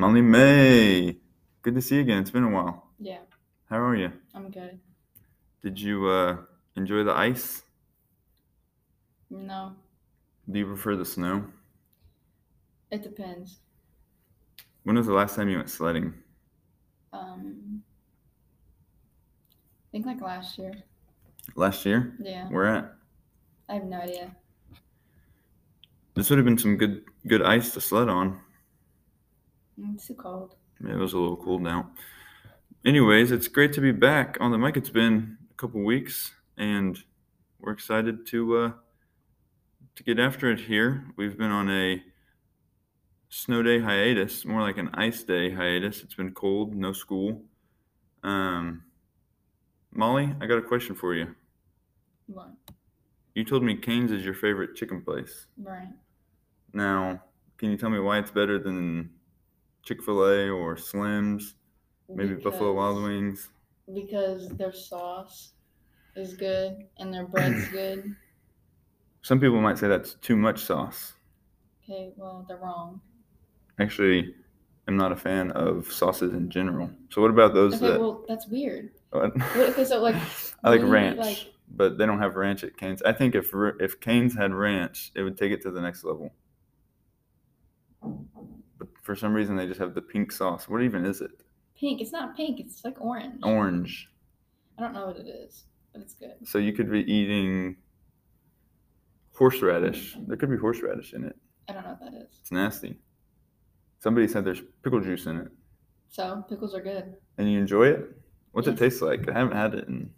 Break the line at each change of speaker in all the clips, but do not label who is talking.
Only May. Good to see you again. It's been a while.
Yeah,
How are you?
I'm good.
Did you uh, enjoy the ice?
No,
Do you prefer the snow?
it depends.
When was the last time you went sledding?
Um, I think like last year.
Last year?
Yeah,
Where at?
I have no idea.
This would have been some good good ice to sled on.
Mm, It's too cold.
Yeah, It was a little cold now. Anyways, it's great to be back on the mic. It's been a couple weeks, and we're excited to uh, to get after it here. We've been on a snow day hiatus, more like an ice day hiatus. It's been cold, no school. Um, Molly, I got a question for you.
What?
You told me Cane's is your favorite chicken place.
Right.
Now, can you tell me why it's better than Chick Fil A or Slim's, maybe Buffalo Wild
Because-
Wings?
Because their sauce is good and their bread's good.
Some people might say that's too much sauce.
Okay, well they're wrong.
Actually, I'm not a fan of sauces in general. So what about those
Okay,
that
well that's weird.
what-
What, okay, so like
I like
when you,
ranch,
like-
but they don't have ranch at Cane's. I think if r- if Cane's had ranch, it would take it to the next level. But for some reason, they just have the pink sauce. What even is it?
pink. It's not pink. It's like orange.
Oh. Orange.
I don't know what it is, but it's good.
So you could be eating horseradish. There could be horseradish in it.
I don't know what that is.
It's nasty. Somebody said there's pickle juice in it.
So pickles are good.
And you enjoy it? What's it
Yes.
taste like? I haven't had it in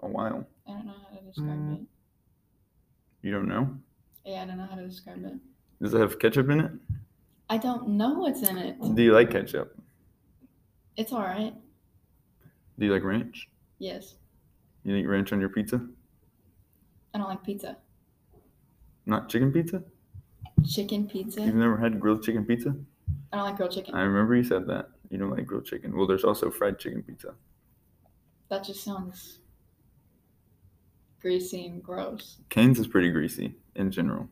a while.
I don't know how to describe
Mm.
it.
You don't know?
Yeah, I don't know how to describe it.
Does it have ketchup in it?
I don't know what's in it.
Do you like ketchup?
It's all right.
Do you like ranch?
Yes.
You eat ranch on your pizza?
I don't like pizza.
Not chicken pizza?
Chicken
You've
pizza.
never had grilled chicken pizza?
I don't like grilled chicken.
I remember you said that. You don't like grilled chicken. Well, there's also fried chicken pizza.
That just sounds greasy and gross.
Cane's is pretty greasy in general.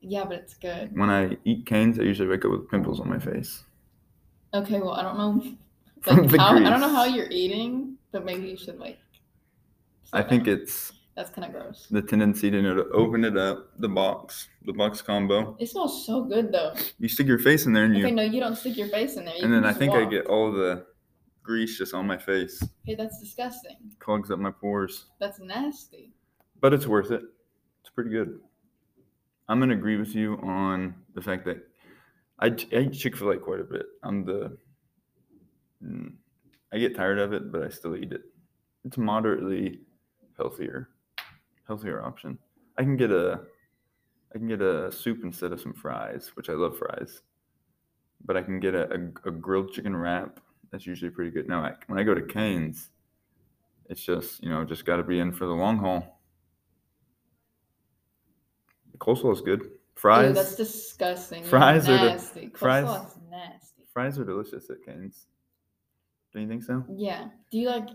Yeah, but it's good.
When I eat Cane's, I usually wake up with pimples on my face.
Okay, well, I don't know.
From the
Like, how, I don't know
grease.
how you're eating, but maybe you should like.
I think it's
that's kind of gross.
the tendency to know to open it up, the box, the box combo.
It smells so good though.
You stick your face in there and you
Okay, no, you don't stick your face in there. You
and then
can
I
just
think I
walk.
get all the grease just on my face,
Okay, that's disgusting.
clogs up my pores.
That's nasty.
But it's worth it. It's pretty good. I'm gonna agree with you on the fact that I, ch- I eat Chick Fil A quite a bit. I'm the mm, I get tired of it, but I still eat it. It's moderately healthier, healthier option. I can get a I can get a soup instead of some fries, which I love fries. But I can get a, a, a grilled chicken wrap. That's usually pretty good. Now, I, when I go to Cane's, it's just you know just got to be in for the long haul. The coleslaw is good. Fries.
Ew, that's disgusting. You're
fries are the-
nasty. Coleslaw
fries-
is nasty.
Fries are delicious at Cane's. Don't you think so?
Yeah. Do you like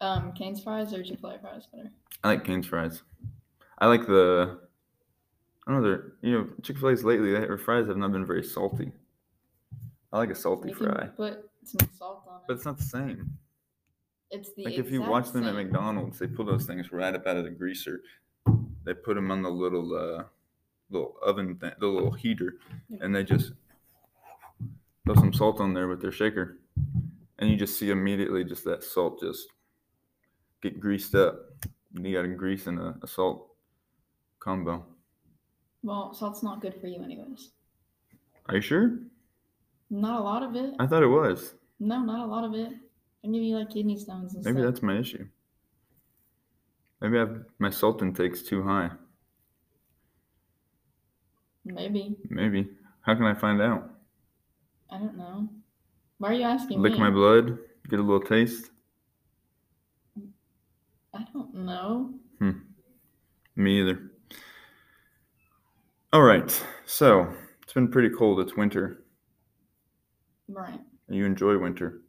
um Cane's fries or Chick Fil A fries better?
I like Cane's fries. I like the. I don't know. They're you know Chick Fil A's lately. Their fries have not been very salty. I like a salty
You
fry,
can put some salt on it.
but it's not the same.
it's the
Like if you
exact
watch them at
same.
McDonald's, they pull those things right up out of the greaser. They put them on the little uh, little oven thing, the little heater, and they just throw some salt on there with their shaker, and you just see immediately just that salt just get greased up. You got a grease and a, a salt combo.
Well, salt's not good for you, anyways.
Are you sure?
Not a lot of it.
I thought it was.
No, not a lot of it. I give you like kidney stones and
Maybe
stuff.
that's my issue. Maybe I've, my salt intake's too high.
Maybe
Maybe. How can I find out?
I don't know. Why are you asking
Lick
me?
my blood, get a little taste.
I don't know.
Me either. All right. So it's been pretty cold. It's winter.
Right.
You enjoy winter.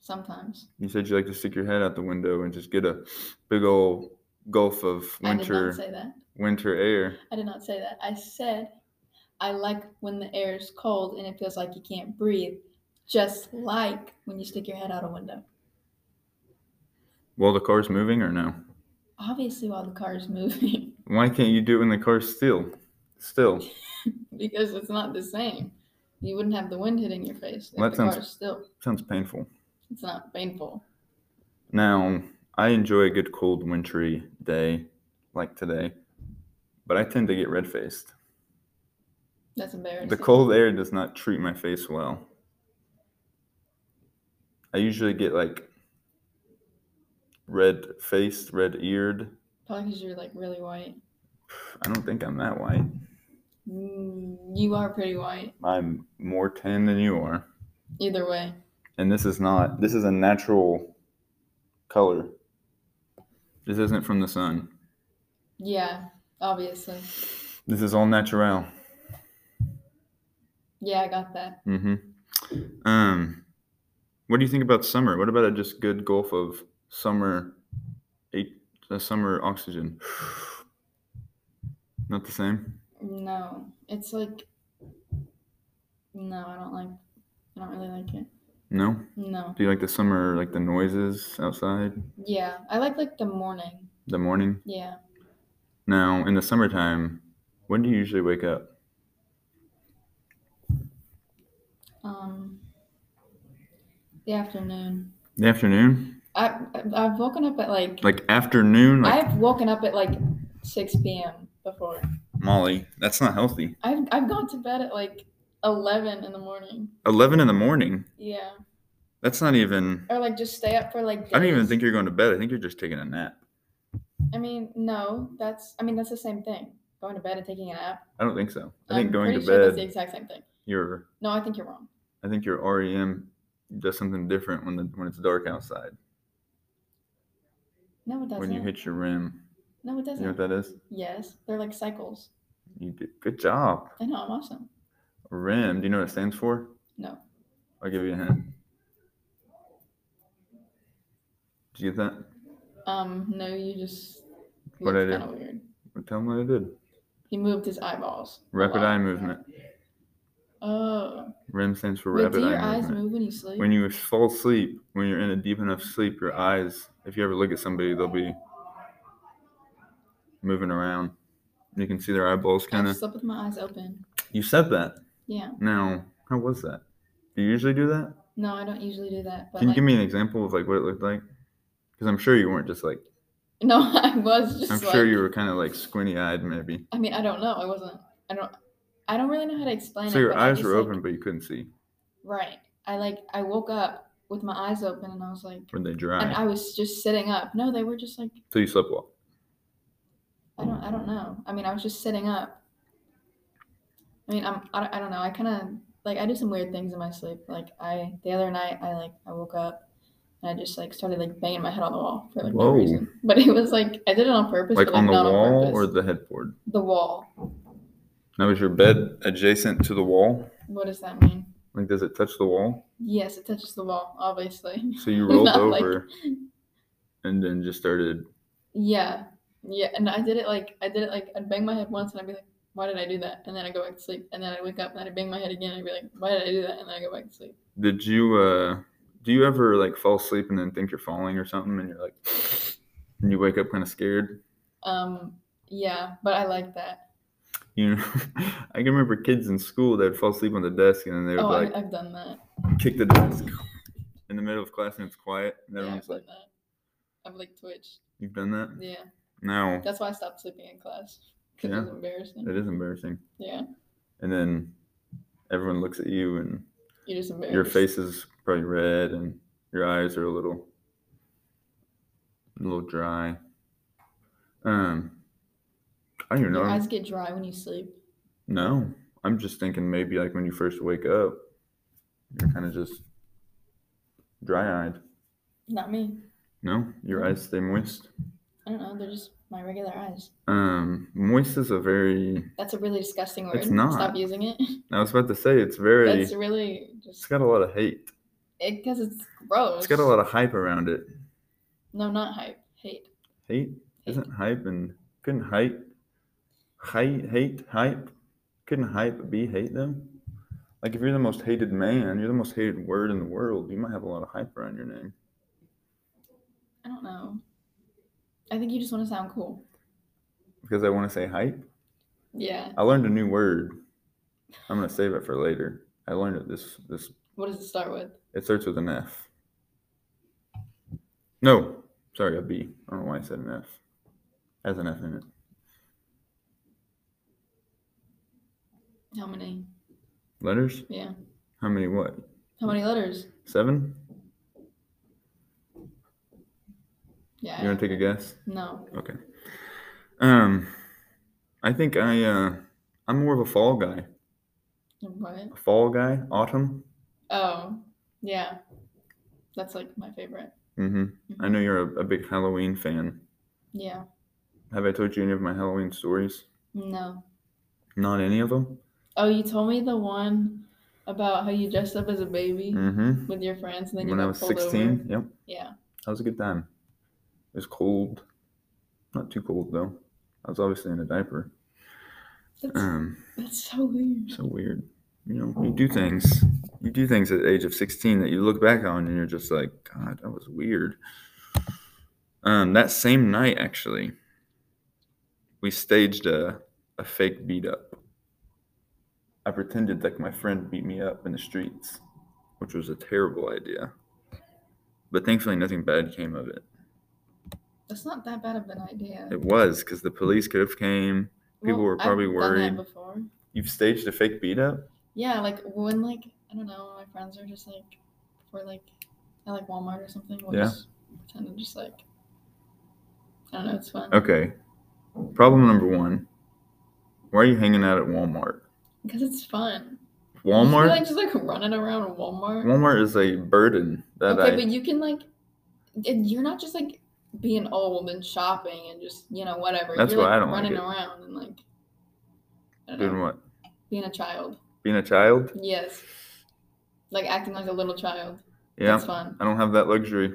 Sometimes
You said you like to stick your head out the window and just get a big old gulf of
I did not
winter
say that.
winter air.
I did not say that. I said I like when the air is cold and it feels like you can't breathe. Just like when you stick your head out a window.
While the car's moving or no?
Obviously, while the car is moving,
Why can't you do it when the car's still? Still.
because it's not the same. You wouldn't have the wind hitting your face if
Well,
the
that
car
sounds-
is still.
Sounds painful.
It's not painful.
Now, I enjoy a good cold wintry day like today, but I tend to get red faced.
That's embarrassing.
The cold air does not treat my face well. I usually get like red faced, red eared.
Probably because you're like really white.
I don't think I'm that white.
Mm, you are pretty white.
I'm more tan than you are.
Either way,
And this is not, this is a natural color. This isn't from the sun.
yeah, obviously.
This is all natural.
Yeah, I got that.
Mm-hmm. Um, what do you think about summer? What about a just good gulf of summer, a, a summer oxygen? Not the same.
No, it's like, no, I don't like. I don't really like it.
No.
No.
Do you like the summer, like the noises outside,
Yeah, I like like the morning.
the morning?
Yeah,
Now, in the summertime, when do you usually wake up?
um, the afternoon.
The afternoon,
I I- I've woken up at like,
like afternoon, like
I've woken up at like six p.m. before.
Molly. That's not healthy.
I've I've gone to bed at like eleven in the morning.
Eleven in the morning.
Yeah,
That's not even.
or like just stay up for like. Days.
I don't even think you're going to bed. I think you're just taking a nap.
I mean, no, that's. I mean, that's the same thing. Going to bed and taking a nap.
I don't think so. I think
I'm
going to
pretty sure that's
bed,
the exact same thing.
you're
No, I think you're wrong.
I think your REM does something different when the, when it's dark outside.
No, it doesn't.
when you hit your REM,
no, it
you
doesn't.
know what that is?
yes, they're like cycles.
You did good job.
I know. I'm awesome.
REM. Do you know what it stands for?
No.
I'll give you a hint. Did you get that?
Um. No, you just.
What'd
looked
I do?
kinda Weird.
Well, Tell them what I did.
He moved his eyeballs. a
Rapid
lot.
eye movement.
Oh.
REM stands for
Wait,
rapid
do your
eye
eyes
movement.
move when you sleep?
When you fall asleep, when you're in a deep enough sleep, your eyes, if you ever look at somebody, they'll be moving around. You can see their eyeballs kind
I
of.
slept with my eyes open.
You said that.
Yeah.
Now, how was that? Do you usually do that?
No, I don't usually do that. But
Can you
like,
give me an example of like what it looked like? Because I'm sure you weren't just like.
No, I was just.
I'm
like,
sure you were kind of like squinty eyed, maybe.
I mean, I don't know. I wasn't. I don't. I don't really know how to explain
So
it.
your
but I
eyes
just,
were
like,
open, but you couldn't see.
Right. I like. I woke up with my eyes open, and I was like,
Were they
and
dry?
I was just sitting up. No, they were just like.
So you slept well.
I don't. I don't know. I mean, I was just sitting up. I mean, I'm. I don't, I don't know. I kind of like. I do some weird things in my sleep. Like I the other night, I like. I woke up. And I just like started like banging my head on the wall for like
Whoa.
no reason, but it was like I did it on purpose.
Like
but,
on the
not
wall
on
or
purpose.
the headboard?
the wall.
Now, is your bed adjacent to the wall?
What does that mean?
Like, does it touch the wall?
Yes, it touches the wall, obviously.
So you rolled
Not like-
over and then just started.
Yeah. Yeah. And I did it like I did it like I'd bang my head once and I'd be like, why did I do that? And then I go back to sleep. And then I'd wake up and I'd bang my head again and I'd be like, why did I do that? And then I go back to sleep.
Did you, uh, do you ever like fall asleep and then think you're falling or something and you're like, and you wake up kind of scared?
Um yeah, but I like that.
You know, I can remember kids in school that would fall asleep on the desk and then they would
Oh,
like
I, I've done that.
kick the desk in the middle of class and it's quiet. And
Yeah, I've
everyone's
done
like,
that. I've like twitched.
You've done that?
Yeah.
No,
That's why I stopped sleeping in class. Because
Yeah.
it was embarrassing.
that is embarrassing.
Yeah.
And then everyone looks at you and
You're just embarrassed.
your face is probably red and your eyes are a little, a little dry. Um, I don't even know.
Your eyes get dry when you sleep.
No, I'm just thinking maybe like when you first wake up, you're kind of just dry eyed.
Not me.
No, your
Mm-hmm.
eyes stay moist.
I don't know, they're just my regular eyes.
Um, moist is a very.
That's a really disgusting word.
It's not.
Stop using it.
I was about to say it's very.
That's really
It's
just
got a lot of hate.
because it's gross.
It's got a lot of hype around it.
No, not hype. Hate.
Hate isn't hype, and couldn't hype, hate, hate, hype, couldn't hype be hate though? Like if you're the most hated man, you're the most hated word in the world. You might have a lot of hype around your name.
I don't know. I think you just want to sound cool.
Because I want to say hype.
Yeah.
I learned a new word. I'm gonna save it for later. I learned it this this
What does it start with?
it starts with an F. No, sorry, a B. I don't know why I said an F. Has an F in it.
How many?
Letters?
Yeah.
How many what?
How many letters?
Seven?
Yeah. I
You wanna
don't-
take a guess?
No.
Okay. Um I think I uh I'm more of a fall guy.
What?
A fall guy, autumn.
Oh, yeah. That's like my favorite.
Mm-hmm. I know you're a, a big Halloween fan.
Yeah.
Have I told you any of my Halloween stories?
No.
Not any of them.
Oh, you told me the one about how you dressed up as a baby
Mm-hmm.
with your friends and then you
When I
got
was
pulled
16.
over.
Yep.
Yeah.
That was a good time. It was cold. Not too cold though. I was obviously in a diaper.
That's,
Um,
that's so weird.
so weird. You know, you do things. You do things at the age of 16 that you look back on and you're just like, God, that was weird. Um, that same night, actually, we staged a, a fake beat up. I pretended like my friend beat me up in the streets, which was a terrible idea. But thankfully, nothing bad came of it.
That's not that bad of an idea.
It was because the police could have came. people were probably
I've Done
worried.
that before.
You've staged a fake beat up.
Yeah, like when like I don't know, my friends are just like we're like at like Walmart or something. We'll
Yeah.
just pretend to just like I don't know, it's fun.
Okay. Problem number one. Why are you hanging out at Walmart?
Because it's fun. You feel
Walmart.
like just like running around Walmart.
Walmart is a burden that
okay,
I.
but you can like and you're not just like being old and shopping and just you know whatever.
That's
you're
why
like
I don't like
running
it.
around and like I don't
doing
know,
what?
being a child.
Being a child.
Yes. Like acting like a little child.
Yeah.
That's fun.
I don't have that luxury.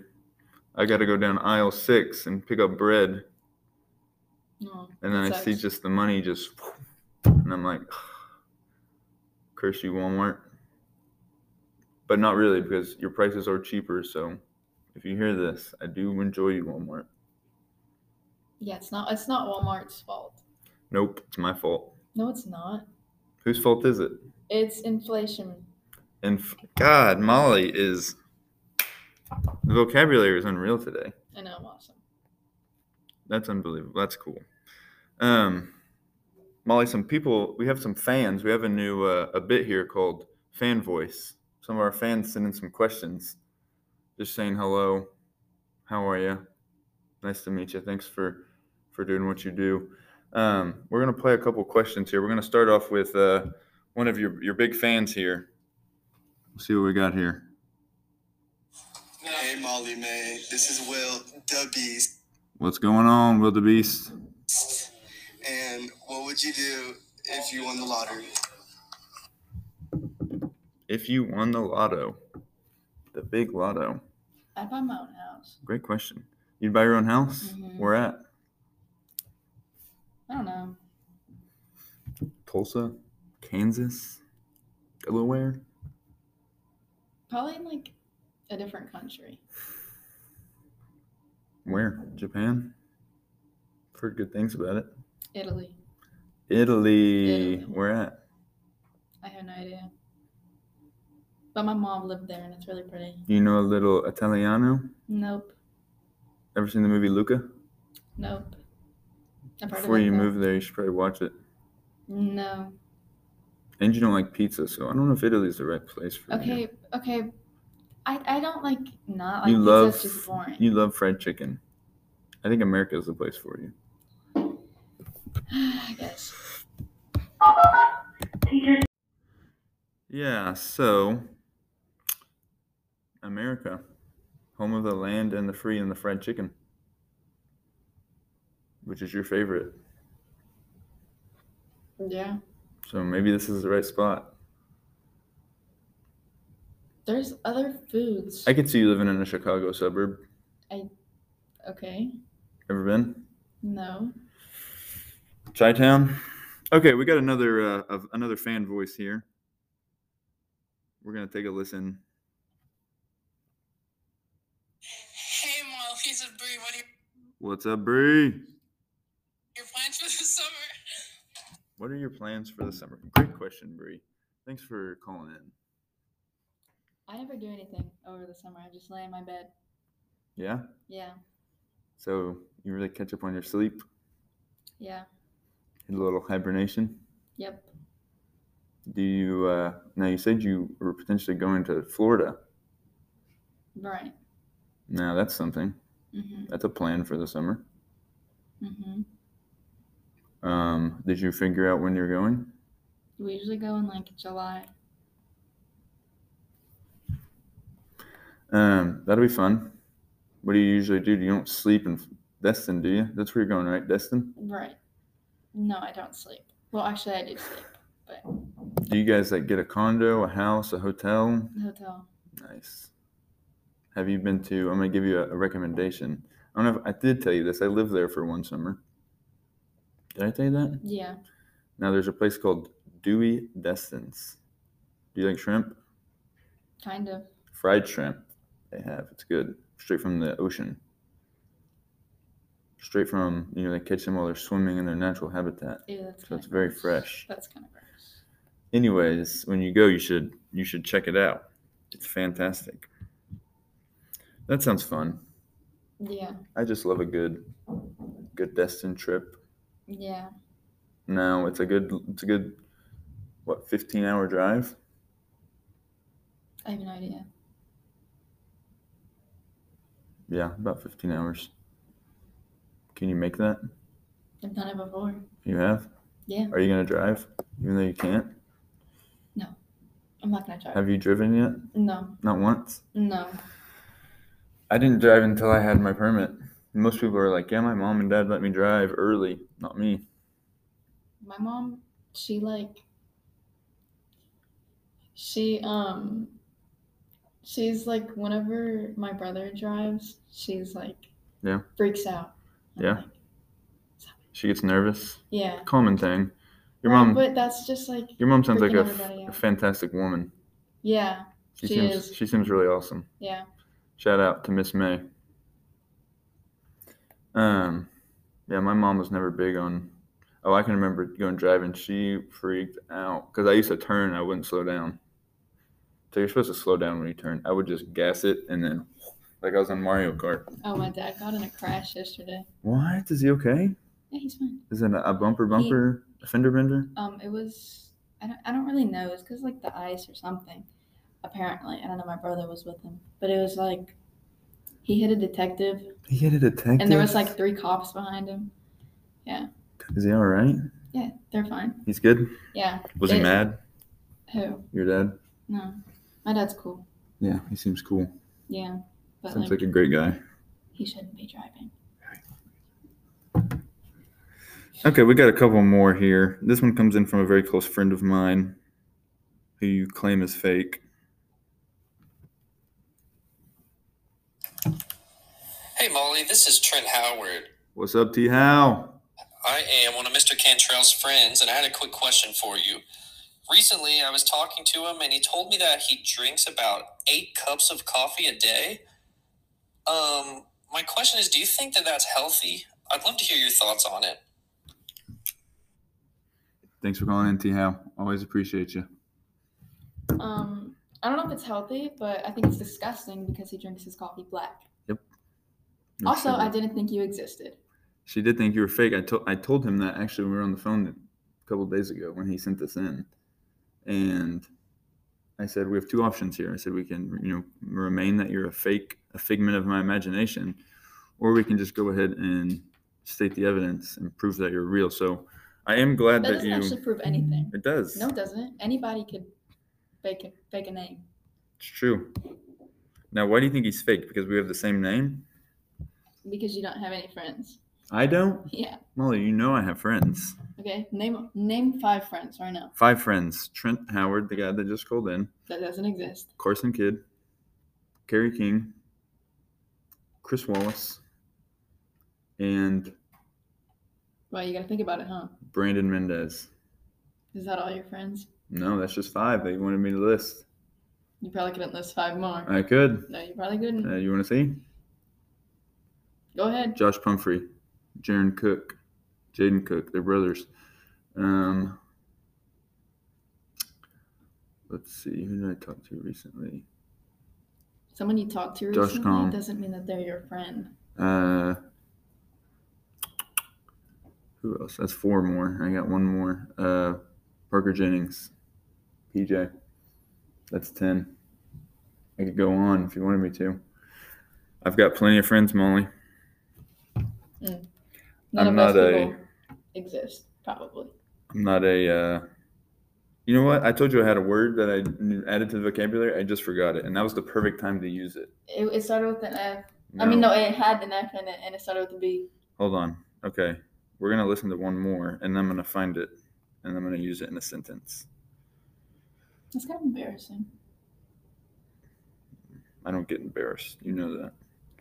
I got to go down aisle six and pick up bread,
No.
and then
That
I see
sucks.
just the money just, and I'm like, curse you, Walmart. But not really because your prices are cheaper. So, if you hear this, I do enjoy you, Walmart.
Yeah, it's not it's not Walmart's fault.
Nope, it's my fault.
No, it's not.
Whose fault is it?
It's inflation.
And f- God, Molly is the vocabulary is unreal today.
I know, I'm awesome.
That's unbelievable. That's cool. Um, Molly, some people we have some fans. We have a new uh, a bit here called Fan Voice. Some of our fans send in some questions, just saying hello, how are you? Nice to meet you. Thanks for for doing what you do. Um, we're gonna play a couple questions here. We're gonna start off with uh, one of your your big fans here. Let's see what we got here.
Hey Molly May, this is Will Dubbies.
What's going on, Will the Beast?
And what would you do if you won the lottery?
If you won the lotto, the big lotto,
I'd buy my own house.
great question. You'd buy your own house?
Mhm.
Where at?
I don't know.
Tulsa, Kansas, Delaware.
Probably in like a different country.
Where? Japan? I've heard good things about it.
Italy.
Italy.
Italy.
Where at?
I have no idea. But my mom lived there and it's really pretty.
Do you know a little Italiano?
Nope.
Ever seen the movie Luca?
Nope. I've heard of
Before
it,
you
though.
move there, you should probably watch it.
No.
And you don't like pizza, so I don't know if Italy's the right place for you.
Okay, okay. I, I don't like not like
You
pizza,
love
it's just boring.
you love fried chicken. I think America is the place for you.
I guess.
Yeah, so America, home of the land and the free and the fried chicken, which is your favorite.
Yeah.
So maybe this is the right spot.
There's other foods.
I could see you living in a Chicago suburb.
okay.
Ever been?
No.
Chi Town? Okay, we got another uh, of another fan voice here. We're gonna take a listen.
Hey, Mo, piece of Bree, what are your,
What's up, Bree?
your plans for the summer?
What are your plans for the summer? Great question, Bree. Thanks for calling in.
I never do anything over the summer. I just lay in my bed.
Yeah.
Yeah,
So you really catch up on your sleep,
yeah,
a little hibernation.
yep.
Do you? Uh, now you said you were potentially going to Florida.
Right.
Now that's something.
Mm-hmm.
That's a plan for the summer.
Mm-hmm.
Um, did you figure out when you're going?
We usually go in like July.
Um, that'll be fun. What do you usually do? You don't sleep in Destin, do you? That's where you're going, right? Destin.
Right. No, I don't sleep. Well, actually, I do sleep.
Do you guys like get a condo, a house, a hotel?
Hotel.
Nice. Have you been to? I'm gonna give you a, a recommendation. I don't know if I did tell you this. I lived there for one summer. Did I tell you that?
Yeah.
Now there's a place called Dewey Destin's. Do you like shrimp?
Kind of.
Fried shrimp. They have. It's good. Straight from the ocean. Straight from you know they catch them while they're swimming in their natural habitat.
Ew, that's
So it's
kinda
very
gross.
fresh.
That's kind of gross.
anyways when you go you should you should check it out it's fantastic that sounds fun
Yeah.
i just love a good good destin trip
Yeah.
now it's a good it's a good what 15 hour drive
I have no idea.
yeah about 15 hours can you make that
I've done it before.
you have
Yeah.
are you going to drive even though you can't
I'm not gonna try.
have you driven yet
No.
not once
No.
i didn't drive until i had my permit most people are like yeah my mom and dad let me drive early not me
my mom she like she um she's like whenever my brother drives she's like
Yeah.
freaks out I'm
Yeah.
like,
she gets nervous
yeah
common thing your
Right,
mom
but that's just like
Your mom sounds like
Freaking
a, f-
everybody
a
out.
fantastic woman.
yeah
She,
She
seems
is.
she seems really awesome.
yeah
Shout out to Miss May. Um, yeah, my mom was never big on. Oh, I can remember going driving. She freaked out because I used to turn. and I wouldn't slow down. So you're supposed to slow down when you turn. I would just gas it and then, like I was on Mario Kart.
oh my dad got in a crash yesterday
What is he okay?
yeah he's fine
Is it a bumper bumper, a fender bender?
um it was i don't, I don't really know it's because like the ice or something apparently i don't know my brother was with him but it was like he hit a detective
He hit a detective.
and there was like three cops behind him
is he all right?
yeah they're fine
He's good.
yeah
Was he
It-
mad?
Who?
Your dad?
No. My dad's cool.
Yeah, he seems cool.
Yeah. But
Seems
like,
like a great guy.
he shouldn't be driving.
Okay, we got a couple more here. This one comes in from a very close friend of mine who you claim is fake.
Hey, Molly, this is Trent Howard.
What's up, T How?
I am one of Mr. Cantrell's friends, and I had a quick question for you. Recently, I was talking to him, and he told me that he drinks about eight cups of coffee a day. Um, my question is, do you think that that's healthy? I'd love to hear your thoughts on it.
Thanks for calling in, T How. Always appreciate you.
Um, I don't know if it's healthy, but I think it's disgusting because he drinks his coffee black. Also, I didn't think you existed.
She did think you were fake. I told I told him that actually when we were on the phone a couple days ago when he sent this in, and I said we have two options here. I said we can you know remain that you're a fake, a figment of my imagination, or we can just go ahead and state the evidence and prove that you're real. So I am glad
That
that,
doesn't
you.
actually prove anything.
It does.
No, it doesn't. Anybody could fake a, fake a name.
it's true. Now, why do you think he's fake? Because we have the same name.
Because you don't have any friends.
I don't,
Yeah.
Molly. You know I have friends.
Okay. Name name five friends right now.
Five friends: Trent Howard, the guy that just called in.
That doesn't exist.
Carson Kidd, Kerry King, Chris Wallace, and
Well, you gotta think about it, huh?
Brandon Mendez.
Is that all your friends?
No, that's just five. They wanted me to list.
You probably couldn't list five more.
I could.
No, you probably couldn't.
Uh, you want to see?
Go ahead.
Josh Pumphrey, Jaron Cook, Jaden Cook. They're brothers. Um, let's see. Who did I talk to recently?
Someone you talked to
Josh
recently
Cohn.
doesn't mean that they're your friend.
Uh, who else? That's four more. I got one more. Uh, Parker Jennings, PJ. That's ten. I could go on if you wanted me to. I've got plenty of friends, Molly.
None
I'm
of
not
those
a-
people exist, probably.
I'm not a. Uh, you know what? I told you I had a word that I knew- added to the vocabulary. I just forgot it, and that was the perfect time to use it.
It, it started with an F. I mean, no, it had an F in it, and it started with a B.
Hold on. Okay, we're gonna listen to one more, and I'm gonna find it, and I'm gonna use it in a sentence.
That's kind of embarrassing.
I don't get embarrassed. You know that.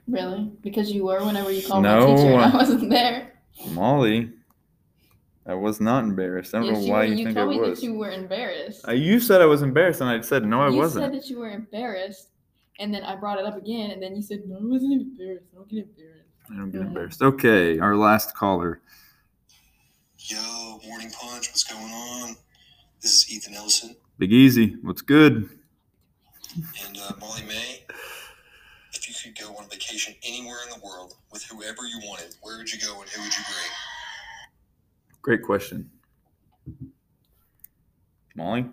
Really? Because you were whenever you called my
No,
teacher and I
I-
wasn't there.
Molly, I was not embarrassed. I don't
Yes,
know
you
why
were-
you, think I
told me
was.
that you were embarrassed.
Uh, you said I was embarrassed, and I said no, I
you
wasn't.
said that you were embarrassed, and then I brought it up again, and then you said, no, I wasn't embarrassed. I don't get embarrassed.
I don't get
Mhm.
embarrassed. Okay, our last caller.
Yo, Morning Punch, what's going on? This is Ethan Ellison
Big Easy, what's good?
and uh, Molly May. If you could go on vacation anywhere in the world with whoever you wanted, where would you go and who would you bring?
Great question. Molly?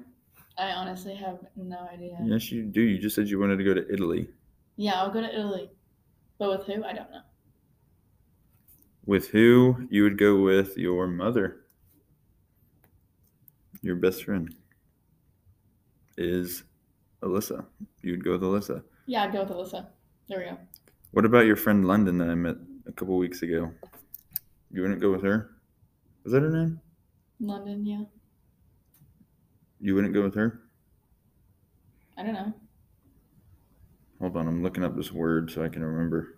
I honestly have no idea. Yeah.
Yes, you do. You just said you wanted to go to Italy.
I'll go to Italy. But with who? I don't know.
With who? You would go with your mother. Your best friend is Alyssa. You'd go with Alyssa.
Yeah, I'd go with Alyssa. There we go.
What about your friend London that I met a couple weeks ago? You wouldn't go with her? Is that her name?
London, yeah.
You wouldn't go with her?
I don't know.
Hold on, I'm looking up this word so I can remember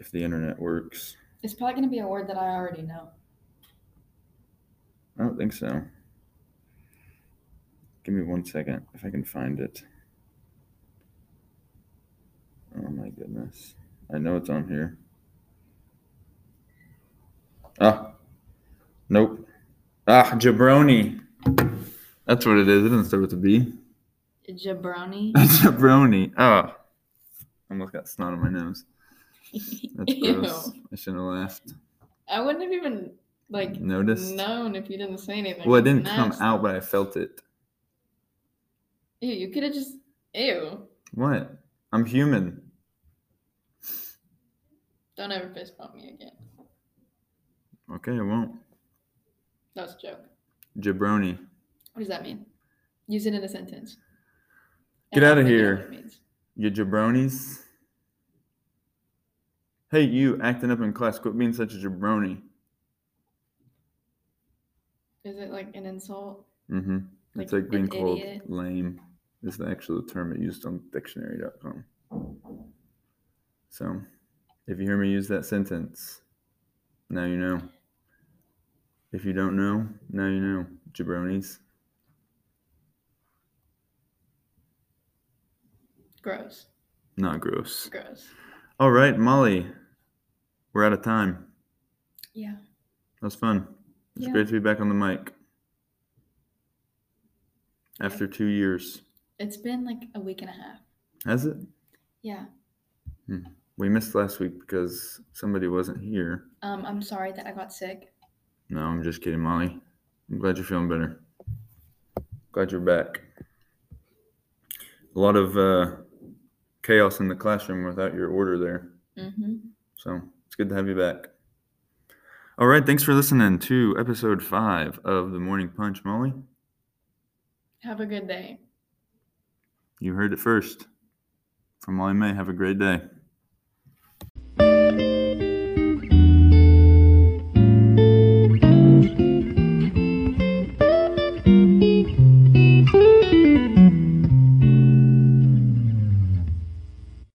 if the internet works.
It's probably going to be a word that I already know.
I don't think so. Give me one second if I can find it. Oh my goodness. I know it's on here. Ah. Nope. Ah, jabroni. That's what it is. It doesn't start with a B.
Jabroni.
jabroni. Oh. Almost got snot on my nose. That's gross.
Ew.
I shouldn't have laughed.
I wouldn't have even like
Noticed?
known if you didn't say anything.
Well, it didn't come
Nasty.
out, but I felt it.
Ew, you could have just ew.
What? I'm human.
Don't ever fist bump me again.
Okay, I won't.
That was a joke.
Jabroni.
What does that mean? Use it in a sentence.
Get
And
outta
I'll figure
here.
out what it means.
You jabronis. Hey, you acting up in class. Quit being such a jabroni.
Is it like an insult?
Mm-hmm. It's
Like
like being
an
called
idiot.
lame. Is the actual term it used on dictionary.com. So, if you hear me use that sentence, now you know. If you don't know, now you know. Jabronis.
Gross.
Not gross.
Gross.
All right, Molly. We're out of time.
Yeah.
That was fun. It's
Yeah.
great to be back on the mic. After two years.
It's been like a week and a half.
Has it?
Yeah.
We missed last week because somebody wasn't here.
Um, I'm sorry that I got sick.
No, I'm just kidding, Molly. I'm glad you're feeling better. Glad you're back. A lot of uh, chaos in the classroom without your order there.
Mm-hmm.
So it's good to have you back. All right. Thanks for listening to episode five of The Morning Punch, Molly.
Have a good day.
You heard it first. From Molly May, have a great day.